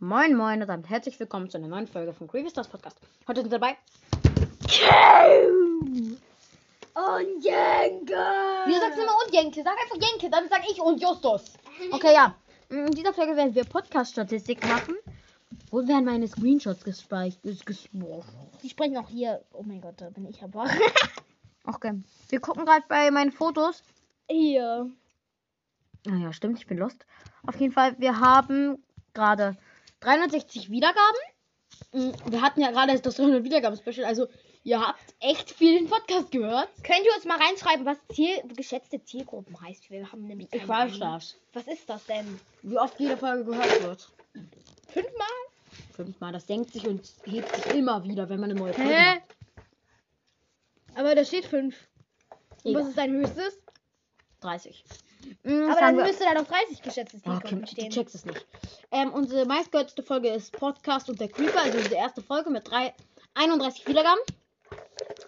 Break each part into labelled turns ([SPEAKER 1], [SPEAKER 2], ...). [SPEAKER 1] Moin Moin und damit herzlich willkommen zu einer neuen Folge vom Grievous Stars Podcast. Heute sind dabei Kim!
[SPEAKER 2] Und Jenke!
[SPEAKER 1] Wieso sagst du immer und Jenke? Sag einfach Jenke, dann sag ich und Justus. Okay, ja. In dieser Folge werden wir Podcast-Statistik machen. Wo werden meine Screenshots gespeichert? Ist gespeichert.
[SPEAKER 2] Die sprechen auch hier. Oh mein Gott, da bin ich aber.
[SPEAKER 1] Okay. Wir gucken gerade bei meinen Fotos.
[SPEAKER 2] hier.
[SPEAKER 1] Naja, stimmt, ich bin lost. Auf jeden Fall, wir haben gerade 360 Wiedergaben. Mm, Wir hatten ja gerade das 300 Wiedergaben-Special, also ihr habt echt viel den Podcast gehört.
[SPEAKER 2] Könnt ihr uns mal reinschreiben, was Ziel, geschätzte Zielgruppen heißt? Wir haben nämlich.
[SPEAKER 1] Ich
[SPEAKER 2] keine
[SPEAKER 3] Ähm.
[SPEAKER 1] weiß
[SPEAKER 2] Ahnung.
[SPEAKER 1] das.
[SPEAKER 2] Was ist das denn?
[SPEAKER 1] Wie oft jede Folge gehört wird.
[SPEAKER 2] Fünfmal?
[SPEAKER 1] Fünfmal, das denkt sich und hebt sich immer wieder, wenn man eine neue Folge
[SPEAKER 3] Hä?
[SPEAKER 1] macht.
[SPEAKER 3] Aber da steht 5. Und was
[SPEAKER 1] Egal,
[SPEAKER 3] ist dein höchstes?
[SPEAKER 1] 30.
[SPEAKER 3] Aber dann müsste da doch 30 geschätztes
[SPEAKER 1] Oh,
[SPEAKER 3] Zielgruppen
[SPEAKER 1] Kim, du
[SPEAKER 3] stehen.
[SPEAKER 1] checkst es nicht. Ähm, unsere meistgehörte Folge ist Podcast und der Creeper, also unsere erste Folge mit drei, 31 Wiedergaben.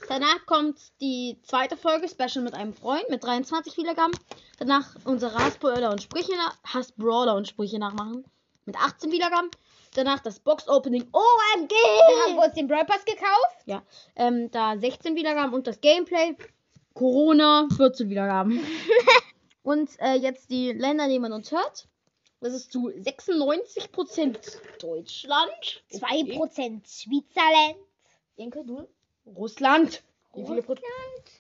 [SPEAKER 1] Danach kommt die zweite Folge, Special mit einem Freund, mit 23 Wiedergaben. Danach unsere Hassbrawler und Sprüche nach, Hassbrawler und Sprüche nachmachen, mit 18 Wiedergaben. Danach das Box-Opening OMG!
[SPEAKER 3] Da haben wir uns den Brawl Pass gekauft.
[SPEAKER 1] Ja, ähm, da 16 Wiedergaben und das Gameplay. Corona 14 Wiedergaben. und äh, jetzt die Länder, die man uns hört. Das ist zu 96% Deutschland.
[SPEAKER 2] 2% Switzerland.
[SPEAKER 1] Denke du? Russland. Wie viele Pro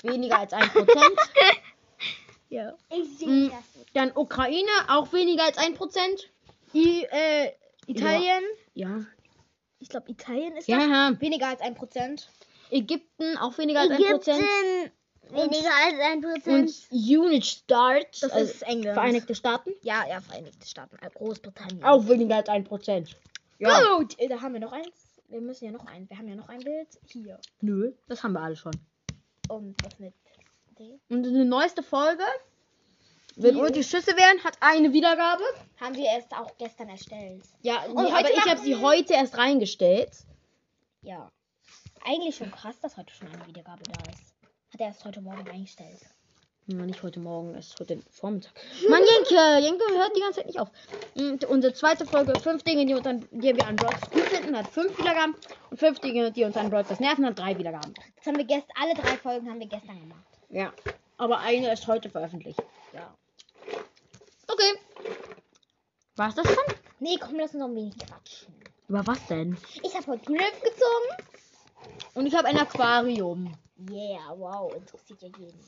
[SPEAKER 1] Weniger als 1%.
[SPEAKER 3] Ja.
[SPEAKER 2] Ich sehe
[SPEAKER 1] Mm.
[SPEAKER 2] das nicht.
[SPEAKER 1] Dann Ukraine, auch weniger als 1%.
[SPEAKER 3] I, äh, Italien.
[SPEAKER 1] Ja.
[SPEAKER 3] Ich glaube, Italien ist
[SPEAKER 1] Ja,
[SPEAKER 3] das.
[SPEAKER 1] ja.
[SPEAKER 3] Weniger als 1%.
[SPEAKER 1] Ägypten, auch weniger als 1%.
[SPEAKER 2] Weniger als 1%.
[SPEAKER 1] Und Unit Start,
[SPEAKER 3] Das
[SPEAKER 1] also
[SPEAKER 3] ist England.
[SPEAKER 1] Vereinigte Staaten,
[SPEAKER 3] Ja, ja, Vereinigte Staaten. äh, Großbritannien.
[SPEAKER 1] auch weniger als 1%.
[SPEAKER 3] Gut. Äh, Da haben wir noch eins. Wir müssen ja noch ein. Wir haben ja noch ein Bild. Hier.
[SPEAKER 1] Nö, das haben wir alle schon.
[SPEAKER 3] Und was mit dem?
[SPEAKER 1] Und die neueste Folge, wenn
[SPEAKER 3] Die-
[SPEAKER 1] Ulti Schüsse wären, hat eine Wiedergabe. Oh,
[SPEAKER 3] Haben wir erst auch gestern erstellt.
[SPEAKER 1] Ja, nee,
[SPEAKER 3] heute
[SPEAKER 1] aber ich
[SPEAKER 3] machen-
[SPEAKER 1] habe sie heute erst reingestellt.
[SPEAKER 3] Ja. Eigentlich schon krass, dass heute schon eine Wiedergabe da ist. Hat er erst heute Morgen eingestellt.
[SPEAKER 1] Na, Hm, nicht heute Morgen, es ist heute Vormittag. Mann, Jenke, Jenke hört die ganze Zeit nicht auf. Und unsere zweite Folge, fünf Dinge, die, uns an, die wir an Broads gut finden, hat fünf Wiedergaben. Und fünf Dinge, die uns an Broads das nerven, hat drei Wiedergaben.
[SPEAKER 3] Das haben wir gest alle drei Folgen haben wir gestern gemacht.
[SPEAKER 1] Ja, aber eine ist heute veröffentlicht.
[SPEAKER 3] Ja.
[SPEAKER 1] Okay. War's das schon?
[SPEAKER 3] Nee, komm, lass uns noch ein wenig quatschen.
[SPEAKER 1] Über was denn?
[SPEAKER 3] Ich habe heute Griff gezogen.
[SPEAKER 1] Und ich habe ein Aquarium.
[SPEAKER 3] Yeah, wow, interessiert ja jeden.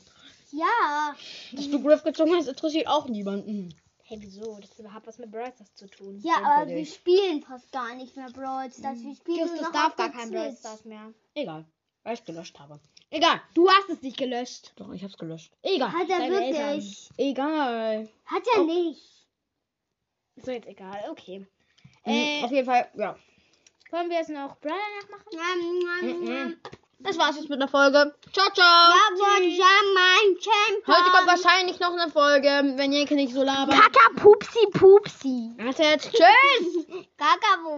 [SPEAKER 2] ja.
[SPEAKER 1] Dass du Griff gezogen hast, interessiert auch niemanden.
[SPEAKER 3] Hey, wieso? Das hat was mit Brothers zu tun.
[SPEAKER 2] Ja, aber wir
[SPEAKER 1] nicht.
[SPEAKER 2] spielen fast gar nicht mehr Brawl Stars.
[SPEAKER 1] Mhm.
[SPEAKER 2] Wir spielen nur
[SPEAKER 3] Justus
[SPEAKER 2] noch
[SPEAKER 3] darf
[SPEAKER 2] auf
[SPEAKER 3] gar
[SPEAKER 2] der
[SPEAKER 3] kein
[SPEAKER 2] Switch.
[SPEAKER 3] Brawl Stars mehr.
[SPEAKER 1] Egal, weil ich gelöscht habe. Egal.
[SPEAKER 3] Du hast es nicht gelöscht.
[SPEAKER 1] Doch, ich hab's gelöscht. Egal.
[SPEAKER 2] Hat er
[SPEAKER 3] Deine
[SPEAKER 2] wirklich?
[SPEAKER 1] Egal.
[SPEAKER 2] Hat er nicht.
[SPEAKER 3] Ist doch jetzt egal, okay.
[SPEAKER 1] Äh,
[SPEAKER 3] Äh,
[SPEAKER 1] auf jeden Fall, ja.
[SPEAKER 3] Wollen wir jetzt noch Brother nachmachen?
[SPEAKER 2] Mhm.
[SPEAKER 1] Das war's jetzt mit der Folge. Ciao, ciao.
[SPEAKER 2] Ja, wurde ja mein Champion.
[SPEAKER 1] Heute kommt wahrscheinlich noch eine Folge, wenn Jenke nicht so labert.
[SPEAKER 2] Kaka Pupsi Pupsi.
[SPEAKER 1] Wartet. Tschüss.
[SPEAKER 2] Kaka wurde.